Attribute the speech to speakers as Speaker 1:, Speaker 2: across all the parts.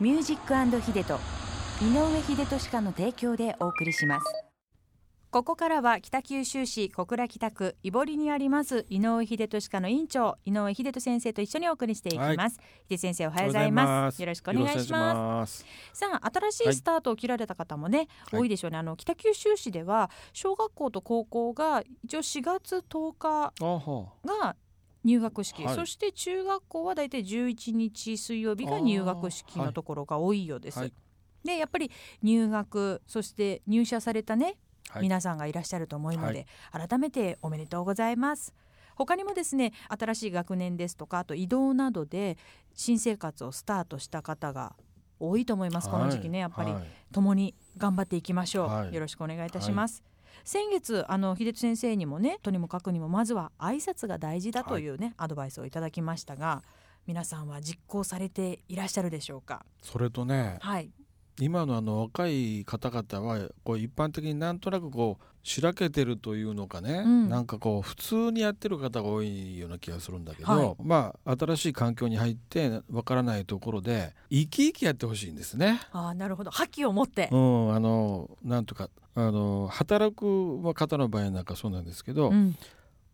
Speaker 1: ミュージックヒデと井上秀俊家の提供でお送りします
Speaker 2: ここからは北九州市小倉北区井堀にあります井上秀俊科の院長井上秀俊先生と一緒にお送りしていきます、
Speaker 3: はい
Speaker 2: 秀先生おはようございますよろしくお願いします
Speaker 3: す。
Speaker 2: さあ新しいスタートを切られた方もね、
Speaker 3: はい
Speaker 2: 多いでしょうねあの北九州市では小学校と高校が一応4月10日
Speaker 3: あは
Speaker 2: が入学式、
Speaker 3: はい
Speaker 2: そして中学校はだいたい11日水曜日が入学式のところが多いようです、
Speaker 3: あーはい
Speaker 2: でやっぱり入学そして入社されたね
Speaker 3: はい
Speaker 2: 皆さんがいらっしゃると思うので、改めておめでとうございます他にもですね新しい学年ですとかあと移動などで新生活をスタートした方が多いと思います、この時期ねやっぱり、
Speaker 3: はい
Speaker 2: 共に頑張っていきましょう、
Speaker 3: はい
Speaker 2: よろしくお願いいたします、先月あの秀津先生にもねとにもかくにもまずは挨拶が大事だというね、アドバイスをいただきましたが皆さんは実行されていらっしゃるでしょうか
Speaker 3: それとね
Speaker 2: はい
Speaker 3: 今のあの若い方々はこう一般的になんとなくこうしらけてるというのかね、
Speaker 2: うん
Speaker 3: なんかこう普通にやってる方が多いような気がするんだけど、
Speaker 2: はい
Speaker 3: まあ新しい環境に入ってわからないところで生き生きやってほしいんですね。
Speaker 2: ああなるほど覇気を持って
Speaker 3: うん、あのなんとかあの働く方の場合なんかそうなんですけど、
Speaker 2: うん、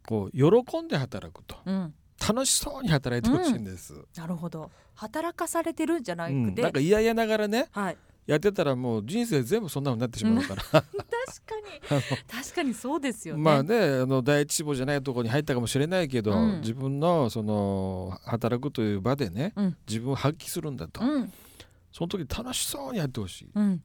Speaker 3: こう喜んで働くと
Speaker 2: うん、
Speaker 3: 楽しそうに働いてほしいんです。
Speaker 2: なるほど働かされてるんじゃな
Speaker 3: う
Speaker 2: くて、
Speaker 3: ん、なんか嫌々ながらね
Speaker 2: はい、
Speaker 3: やってたらもう人生全部そんなのになってしまうから
Speaker 2: 確 かに確かにそうですよね。
Speaker 3: まあねあの第一志望じゃないところに入ったかもしれないけど、
Speaker 2: うん
Speaker 3: 自分のその働くという場でね、
Speaker 2: うん
Speaker 3: 自分を発揮するんだと、
Speaker 2: うん
Speaker 3: その時楽しそうにやってほしい。
Speaker 2: うん、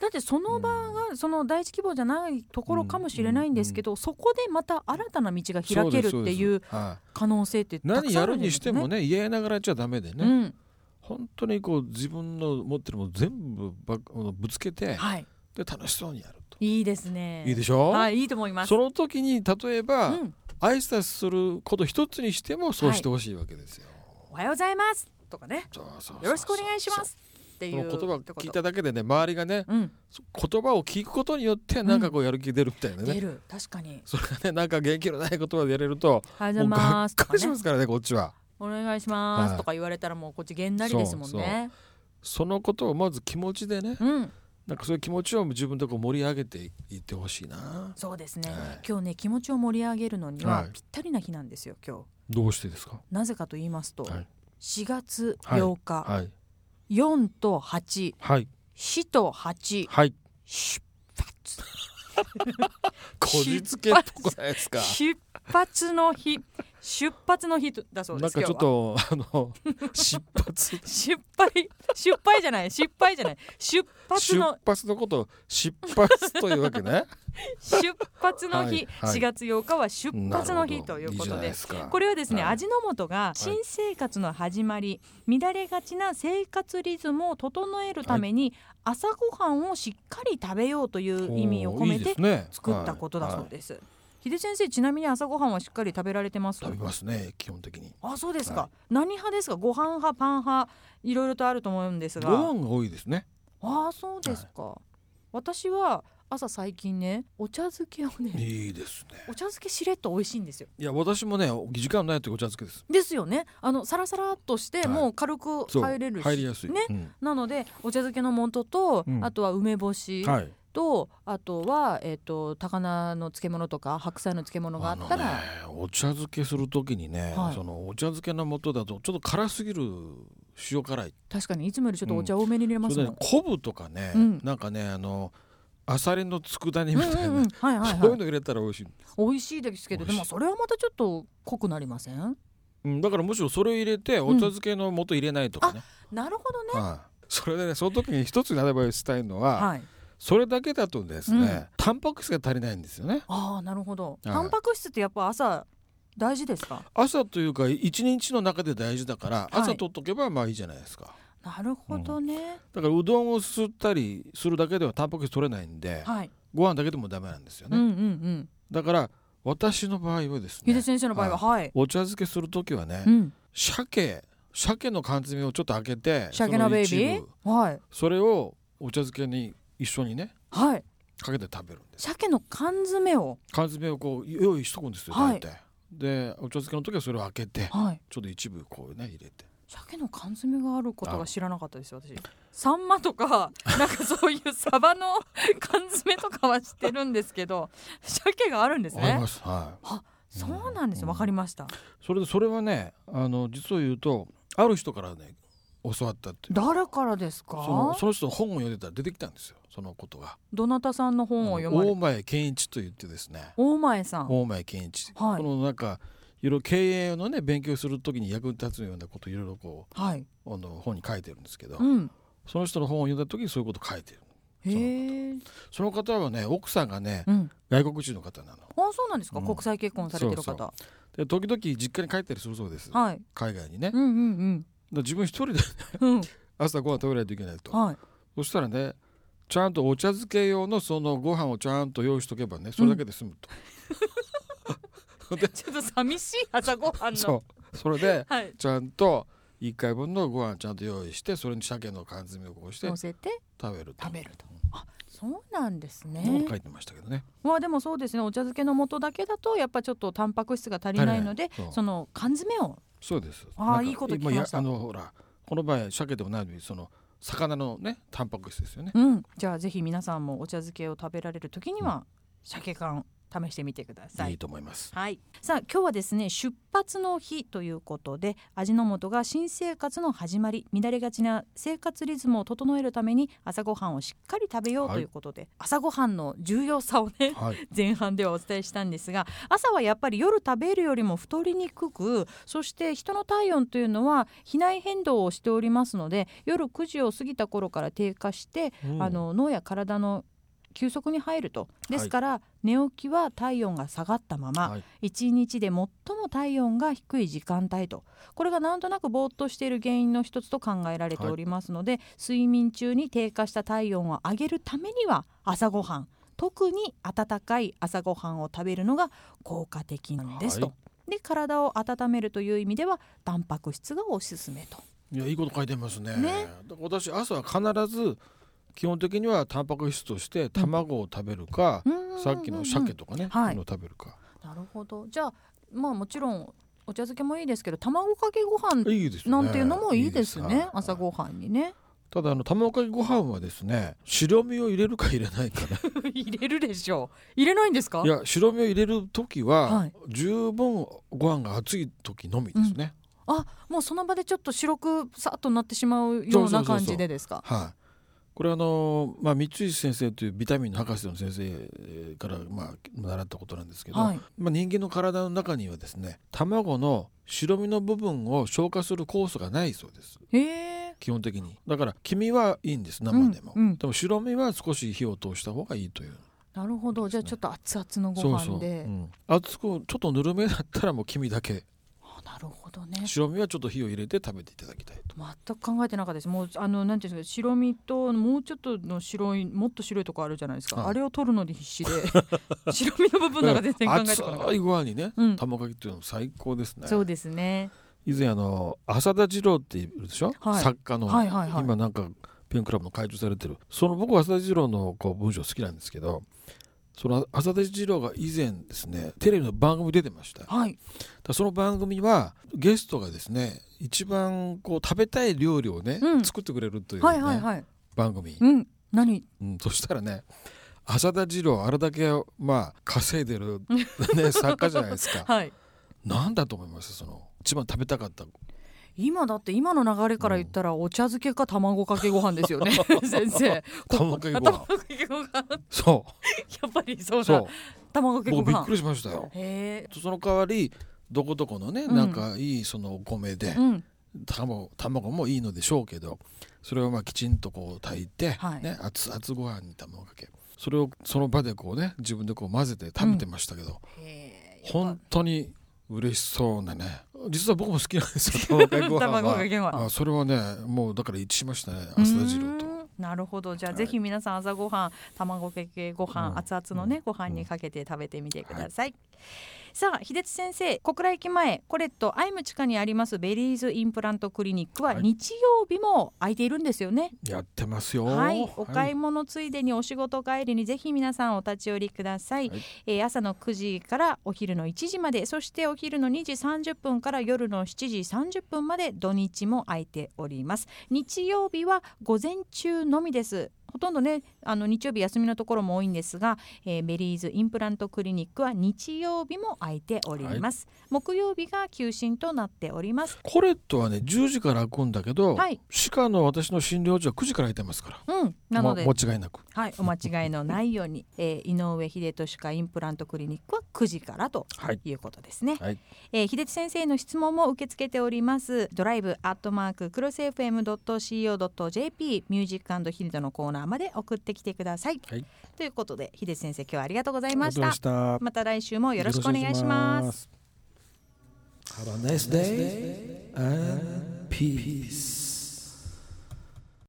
Speaker 2: だってその場がその第一希望じゃないところかもしれないんですけど、そこでまた新たな道が開けるってい
Speaker 3: そうですそうですは
Speaker 2: 可能性って
Speaker 3: い
Speaker 2: たく
Speaker 3: 何
Speaker 2: さんあ
Speaker 3: や
Speaker 2: る
Speaker 3: る
Speaker 2: んで
Speaker 3: に
Speaker 2: す
Speaker 3: し
Speaker 2: よ
Speaker 3: ても
Speaker 2: ね。
Speaker 3: ね嫌々ながらやっちゃダメでね、
Speaker 2: うん
Speaker 3: 本当にこう自分の持ってるもの全部ばぶつけて
Speaker 2: はい、
Speaker 3: で楽しそうにやると、
Speaker 2: いいですね。
Speaker 3: いいでしょ、
Speaker 2: はい、いいと思います。
Speaker 3: その時に例えば、
Speaker 2: うん、
Speaker 3: 挨拶すること一つにしてもそうしてほしいわけですよ。
Speaker 2: おはようございますとかね、
Speaker 3: そうそうそうそう
Speaker 2: よろしくお願いしますって
Speaker 3: こ
Speaker 2: い
Speaker 3: の
Speaker 2: う
Speaker 3: 言葉を聞いた
Speaker 2: とこ
Speaker 3: だけでね周りがね
Speaker 2: と。うん、
Speaker 3: そ言葉を聞くことによってなんかこうやる気出るみたいなね、
Speaker 2: 出る確かに。
Speaker 3: それがねなんか元気のない言葉でやれると
Speaker 2: おはようご
Speaker 3: も
Speaker 2: ざいう
Speaker 3: が
Speaker 2: ま
Speaker 3: っ
Speaker 2: すと
Speaker 3: か
Speaker 2: か
Speaker 3: りし
Speaker 2: ね
Speaker 3: ま。すからねこっちは
Speaker 2: お願いしま
Speaker 3: は
Speaker 2: す
Speaker 3: い
Speaker 2: とか言われたらもうこっちげんなりですもんね。
Speaker 3: そのことをまず気持ちでね
Speaker 2: うん、
Speaker 3: なんかそういう気持ちを自分でこう盛り上げていってほしいな
Speaker 2: そうですね、
Speaker 3: はい
Speaker 2: 今日ね気持ちを盛り上げるのには
Speaker 3: はい
Speaker 2: ぴったりな日なんですよ今日。
Speaker 3: どうしてですか
Speaker 2: なぜかと言いますと、
Speaker 3: はい
Speaker 2: 4月8日、
Speaker 3: はい
Speaker 2: 4と8、
Speaker 3: はい
Speaker 2: 4と8、
Speaker 3: はい
Speaker 2: 出発
Speaker 3: こじつけっぽくないで すか
Speaker 2: 出発の日、出発の日とだそう
Speaker 3: な
Speaker 2: で
Speaker 3: ん
Speaker 2: す。
Speaker 3: かちょっ
Speaker 2: 今日は
Speaker 3: とあの失発
Speaker 2: 失敗失敗じゃない失敗じゃない出発
Speaker 3: 出
Speaker 2: の
Speaker 3: 発のことを失発というわけね
Speaker 2: 出発の日、
Speaker 3: はいはい
Speaker 2: 4月8日は 出発の
Speaker 3: なる
Speaker 2: 日
Speaker 3: ほ
Speaker 2: と
Speaker 3: ど
Speaker 2: いう
Speaker 3: い
Speaker 2: こ
Speaker 3: じゃ
Speaker 2: と
Speaker 3: ない
Speaker 2: で
Speaker 3: ですか
Speaker 2: これはですね、
Speaker 3: はい
Speaker 2: 味の素が新生活の始まり、乱れがちな生活リズムを整えるために、朝ごはんをしっかり食べようという意味を込めて作ったことだそう
Speaker 3: すね
Speaker 2: です。秀先生ちなみに朝ごはんはしっかり食べられてます
Speaker 3: はいはい食べますね基本的に
Speaker 2: あそうですか、
Speaker 3: は
Speaker 2: 何派ですかご飯派パン派いろいろとあると思うんです
Speaker 3: ご
Speaker 2: が
Speaker 3: 飯が多いですね
Speaker 2: あそうですか、私は朝最近ねお茶漬けをね
Speaker 3: いいですね
Speaker 2: お茶漬けしれっと美味しいんですよ
Speaker 3: いや私もね時間ないとお茶漬けです
Speaker 2: ですよねあのサラサラっとして、
Speaker 3: はい
Speaker 2: もう軽く
Speaker 3: そう
Speaker 2: 入れるし
Speaker 3: 入りやすい
Speaker 2: ね
Speaker 3: うん
Speaker 2: なのでお茶漬けの素と、
Speaker 3: うん
Speaker 2: あとは梅干し
Speaker 3: はい
Speaker 2: と、あとは、えっと高菜の漬物とか白菜の漬物があ
Speaker 3: あ
Speaker 2: った
Speaker 3: のね
Speaker 2: ら、
Speaker 3: お茶漬けするときにね
Speaker 2: はい
Speaker 3: そのお茶漬けの素だとちょっと辛すぎる塩辛い
Speaker 2: 確かにいつもよりちょっとお茶多めに入れま
Speaker 3: そ
Speaker 2: す
Speaker 3: れ
Speaker 2: も
Speaker 3: でね
Speaker 2: ん。
Speaker 3: 昆布とかね
Speaker 2: うん
Speaker 3: なんかねあのアサリの佃煮
Speaker 2: う
Speaker 3: み
Speaker 2: ん
Speaker 3: たい
Speaker 2: うんう、
Speaker 3: なん
Speaker 2: はいはい
Speaker 3: そうい
Speaker 2: は
Speaker 3: う
Speaker 2: い。
Speaker 3: の入れたら美味しい
Speaker 2: 美味しいですけど、
Speaker 3: 美
Speaker 2: で
Speaker 3: 味しい
Speaker 2: もそれはまたちょっと濃くなりません。
Speaker 3: うんだからむしろそれを入れてお茶漬けの素入れないとかね、
Speaker 2: なるほどね。
Speaker 3: はいそれでねその時に一つにアドバイスしたいのは、
Speaker 2: はい。
Speaker 3: それだけだとですね、
Speaker 2: うん
Speaker 3: タンパク質が足りないんですよね
Speaker 2: ああ、なるほど。
Speaker 3: はい
Speaker 2: タンパク質ってやっぱ朝大事ですか。
Speaker 3: 朝というか一日の中で大事だから、
Speaker 2: い
Speaker 3: 朝取っとけばまあいいじゃないですか
Speaker 2: なるほどね。
Speaker 3: だからうどんを吸ったりするだけではタンパク質取れないんで、
Speaker 2: はい。
Speaker 3: ご飯だけでもダメなんですよ
Speaker 2: う
Speaker 3: ね、
Speaker 2: んうんうん。
Speaker 3: だから私の場合はです
Speaker 2: ゆで
Speaker 3: ね
Speaker 2: 先生の場合ははい。
Speaker 3: お茶漬けする時はね、
Speaker 2: うん。
Speaker 3: 鮭鮭の缶詰をちょっと開けて
Speaker 2: 鮭のベイビ
Speaker 3: その一
Speaker 2: ー
Speaker 3: 部。
Speaker 2: はい。
Speaker 3: それをお茶漬けに一緒にね
Speaker 2: はい。
Speaker 3: かけて食べるんです
Speaker 2: 鮭の缶詰を。
Speaker 3: 缶詰をこう用意しとくんですよ
Speaker 2: はい
Speaker 3: 大体、でお茶漬けの時はそれを開けて
Speaker 2: はい。
Speaker 3: ちょっと一部こうね入れて
Speaker 2: 鮭の缶詰があることが知らなかったですよ 私サンマとかなんかそういうサバの缶詰とかは知ってるんですけど鮭があるんです
Speaker 3: あり
Speaker 2: ね
Speaker 3: ますはい
Speaker 2: そうなんですよ
Speaker 3: うん
Speaker 2: わかりました
Speaker 3: それでそれはねあの実を言うとある人からね教わったっていう
Speaker 2: 誰からです
Speaker 3: その
Speaker 2: か
Speaker 3: その人の本を読んでたら出てきたんですよそのことが
Speaker 2: どなたさんの本を
Speaker 3: あ
Speaker 2: 読
Speaker 3: の
Speaker 2: まれ
Speaker 3: 大前健一と言ってですね
Speaker 2: 大前さん
Speaker 3: 大前健一、
Speaker 2: はい
Speaker 3: このなんかいろいろ経営のね勉強するときに役に立つようなことをいろいろこ
Speaker 2: はい、
Speaker 3: うあの本に書いてるんですけど、
Speaker 2: うん、
Speaker 3: その人の本を読んだ時にそういうこと書いてる
Speaker 2: へえ、
Speaker 3: その方はね奥さんがね
Speaker 2: うん、
Speaker 3: 外国人の方なの
Speaker 2: あそうなんですか、
Speaker 3: うん
Speaker 2: 国際結婚されてる方
Speaker 3: そうで時々実家に帰ったりするそうです
Speaker 2: はい
Speaker 3: 海外にねだ
Speaker 2: う
Speaker 3: か
Speaker 2: んうん
Speaker 3: ら自分一人で
Speaker 2: うんうん
Speaker 3: 朝ご飯食べないといけないと
Speaker 2: はい
Speaker 3: そしたらねちゃんとお茶漬け用のそのご飯をちゃんと用意しとけばねそれだけで済むと、
Speaker 2: ちょっと寂しい朝ごはんの
Speaker 3: そうそれで
Speaker 2: はい
Speaker 3: ちゃんと1回分のご飯ちゃんと用意してそれに鮭の缶詰をこうして
Speaker 2: 乗せて
Speaker 3: 食べると
Speaker 2: 食べるとあそうなんです
Speaker 3: も
Speaker 2: ね
Speaker 3: う書いてましたけどね
Speaker 2: まあでもそうですねお茶漬けの素だけだとやっぱちょっとタンパク質が足りないので
Speaker 3: 足りないそう
Speaker 2: その缶詰を
Speaker 3: そうです
Speaker 2: あー
Speaker 3: なんか
Speaker 2: いいこと聞きました
Speaker 3: 今やあのほらこの場合鮭でもないのにその魚のねタンパク質ですよね
Speaker 2: うんじゃあぜひ皆さんもお茶漬けを食べられる時には鮭缶試してみてください
Speaker 3: いいと思います
Speaker 2: はい、さあ今日はですね出発の日ということで味の素が新生活の始まり乱れがちな生活リズムを整えるために朝ごはんをしっかり食べよう
Speaker 3: はい
Speaker 2: ということで、朝ごはんの重要さをね
Speaker 3: はい
Speaker 2: 前半ではお伝えしたんですが朝はやっぱり夜食べるよりも太りにくくそして人の体温というのは肥内変動をしておりますので夜9時を過ぎた頃から低下してあの脳や体の休息に入るとですから、寝起きは体温が下がったまま、
Speaker 3: はい
Speaker 2: 1日で最も体温が低い時間帯とこれがなんとなくぼーっとしている原因の一つと考えられておりますので、睡眠中に低下した体温を上げるためには朝ごはん特に温かい朝ごはんを食べるのが効果的なんですと。
Speaker 3: は
Speaker 2: で体を温めるという意味ではタンパク質がおすすめと。
Speaker 3: いやいいこと書いてますね
Speaker 2: ね
Speaker 3: だから私朝は必ず基本的にはタンパク質として卵を食べるか、さっきの
Speaker 2: うんうんうん
Speaker 3: 鮭とかね、
Speaker 2: はい
Speaker 3: そういうのを食べるか
Speaker 2: なるほどじゃあまあもちろんお茶漬けもいいですけど卵かけご飯
Speaker 3: いいですよ
Speaker 2: な
Speaker 3: ね
Speaker 2: んていうのもいいですね
Speaker 3: はい
Speaker 2: 朝ごはんにね
Speaker 3: ただあの卵かけご飯はですね白身を入れるか入れないかね
Speaker 2: 入れるでしょう入れないんですか
Speaker 3: いや白身を入れる時は、
Speaker 2: はい
Speaker 3: 十分ご飯が熱い時のみですね、
Speaker 2: あもうその場でちょっと白くさっとなってしまうような感じでですか
Speaker 3: はいこれあのまあ三石先生というビタミンの博士の先生からまあ習ったことなんですけど、
Speaker 2: はい
Speaker 3: まあ、人間の体の中にはですね卵の白身の部分を消化する酵素がないそうです
Speaker 2: へえ
Speaker 3: 基本的にだから黄身はいいんです生でも、
Speaker 2: うんうん
Speaker 3: でも白身は少し火を通した方がいいという
Speaker 2: なるほどじゃあちょっと熱々のご
Speaker 3: そうそ
Speaker 2: 飯
Speaker 3: う、う
Speaker 2: で
Speaker 3: ん、熱くちょっとぬるめだったらもう黄身だけ
Speaker 2: あなるほどね
Speaker 3: 白身はちょっと火を入れて食べていただきたいと
Speaker 2: 全く考えてなかったですもうあのなんていうんですか白身ともうちょっとの白いもっと白いとこあるじゃないですか、
Speaker 3: はい
Speaker 2: あれを取るのに必死で 白身の部分なんか全然考えてこな かっ
Speaker 3: 熱いご飯にね、
Speaker 2: うん
Speaker 3: 卵かけっていうのも最高ですね
Speaker 2: たそうですね
Speaker 3: 以前あの浅田次郎っているでしょ、
Speaker 2: はい
Speaker 3: 作家の、
Speaker 2: はいはいはい
Speaker 3: 今なんかペンクラブの会長されてるその僕は浅田次郎のこう文章好きなんですけどその浅田次郎が以前ですねテレビの番組出てましただか
Speaker 2: はい
Speaker 3: らその番組はゲストがですね一番こう食べたい料理をね、
Speaker 2: うん
Speaker 3: 作ってくれるという、ね
Speaker 2: はいはいはい。
Speaker 3: 番組、
Speaker 2: うん。何？
Speaker 3: うん、そしたらね浅田次郎あれだけまあ稼いで る、ね、作家じゃないですか
Speaker 2: はい。
Speaker 3: なんだと思いますその一番食べたかった
Speaker 2: 今だって今の流れから言ったらお茶漬けか卵かけご飯です よね先生
Speaker 3: 卵かけご
Speaker 2: 卵
Speaker 3: 飯
Speaker 2: かけご飯や
Speaker 3: そ
Speaker 2: っぱりそう
Speaker 3: う
Speaker 2: だ
Speaker 3: そう
Speaker 2: 卵かけご
Speaker 3: 僕びっく
Speaker 2: 飯
Speaker 3: りしましたよ
Speaker 2: へえ
Speaker 3: その代わりどこどこのね
Speaker 2: うん
Speaker 3: なんかいいそのお米で、
Speaker 2: うん
Speaker 3: 卵卵もいいのでしょうけどそれをまあきちんとこう炊いて、
Speaker 2: はい
Speaker 3: ね、熱々ご飯に卵かけそれをその場でこうね自分でこう混ぜて食べてましたけど、
Speaker 2: へえ
Speaker 3: 本当に嬉しそうなね実は僕も好きなんですよ 卵かけご飯は
Speaker 2: 卵かけご飯
Speaker 3: あそれはねもうだから一致しましたね浅田次郎と
Speaker 2: うーんなるほどじゃあ
Speaker 3: はい
Speaker 2: ぜひ皆さん朝ごはん卵かけご飯、
Speaker 3: うん
Speaker 2: 熱々のねご飯
Speaker 3: う
Speaker 2: に
Speaker 3: ん
Speaker 2: かけて食べてみてください、さあ秀津先生小倉駅前コレットアイム地下にありますベリーズインプラントクリニックは
Speaker 3: はい
Speaker 2: 日曜日も空いているんですよね。
Speaker 3: やってますよ。
Speaker 2: はい、お買い
Speaker 3: は
Speaker 2: 物ついでにお仕事帰りにぜひ皆さんお立ち寄りください、
Speaker 3: はい
Speaker 2: えー朝の9時からお昼の1時までそしてお昼の2時30分から夜の7時30分まで土日も空いております日曜日は午前中のみですほとんどねあの日曜日休みのところも多いんですが、えーベリーズインプラントクリニックは日曜日も空いております、木曜日が休診となっております
Speaker 3: コレットはね10時から開くんだけど、
Speaker 2: はい
Speaker 3: 歯科の私の診療所は9時から開いてますから。
Speaker 2: うんなので
Speaker 3: も間違いなく。
Speaker 2: はい、お間違いのないように、 えー、井上秀俊かインプラントクリニックは9時からと
Speaker 3: はい
Speaker 2: いうことですね。
Speaker 3: はい
Speaker 2: えー秀俊先生の質問も受け付けております。ドライブアットマーククロス FM ドット CO ドット JP ミュージックアンドヒルドのコーナーまで送ってきてください。
Speaker 3: はい
Speaker 2: ということで秀俊先生今日はありがとうございました
Speaker 3: あり。がとうございま
Speaker 2: また来週も
Speaker 3: した
Speaker 2: よろしくお願いします。
Speaker 3: Have a nice day and peace.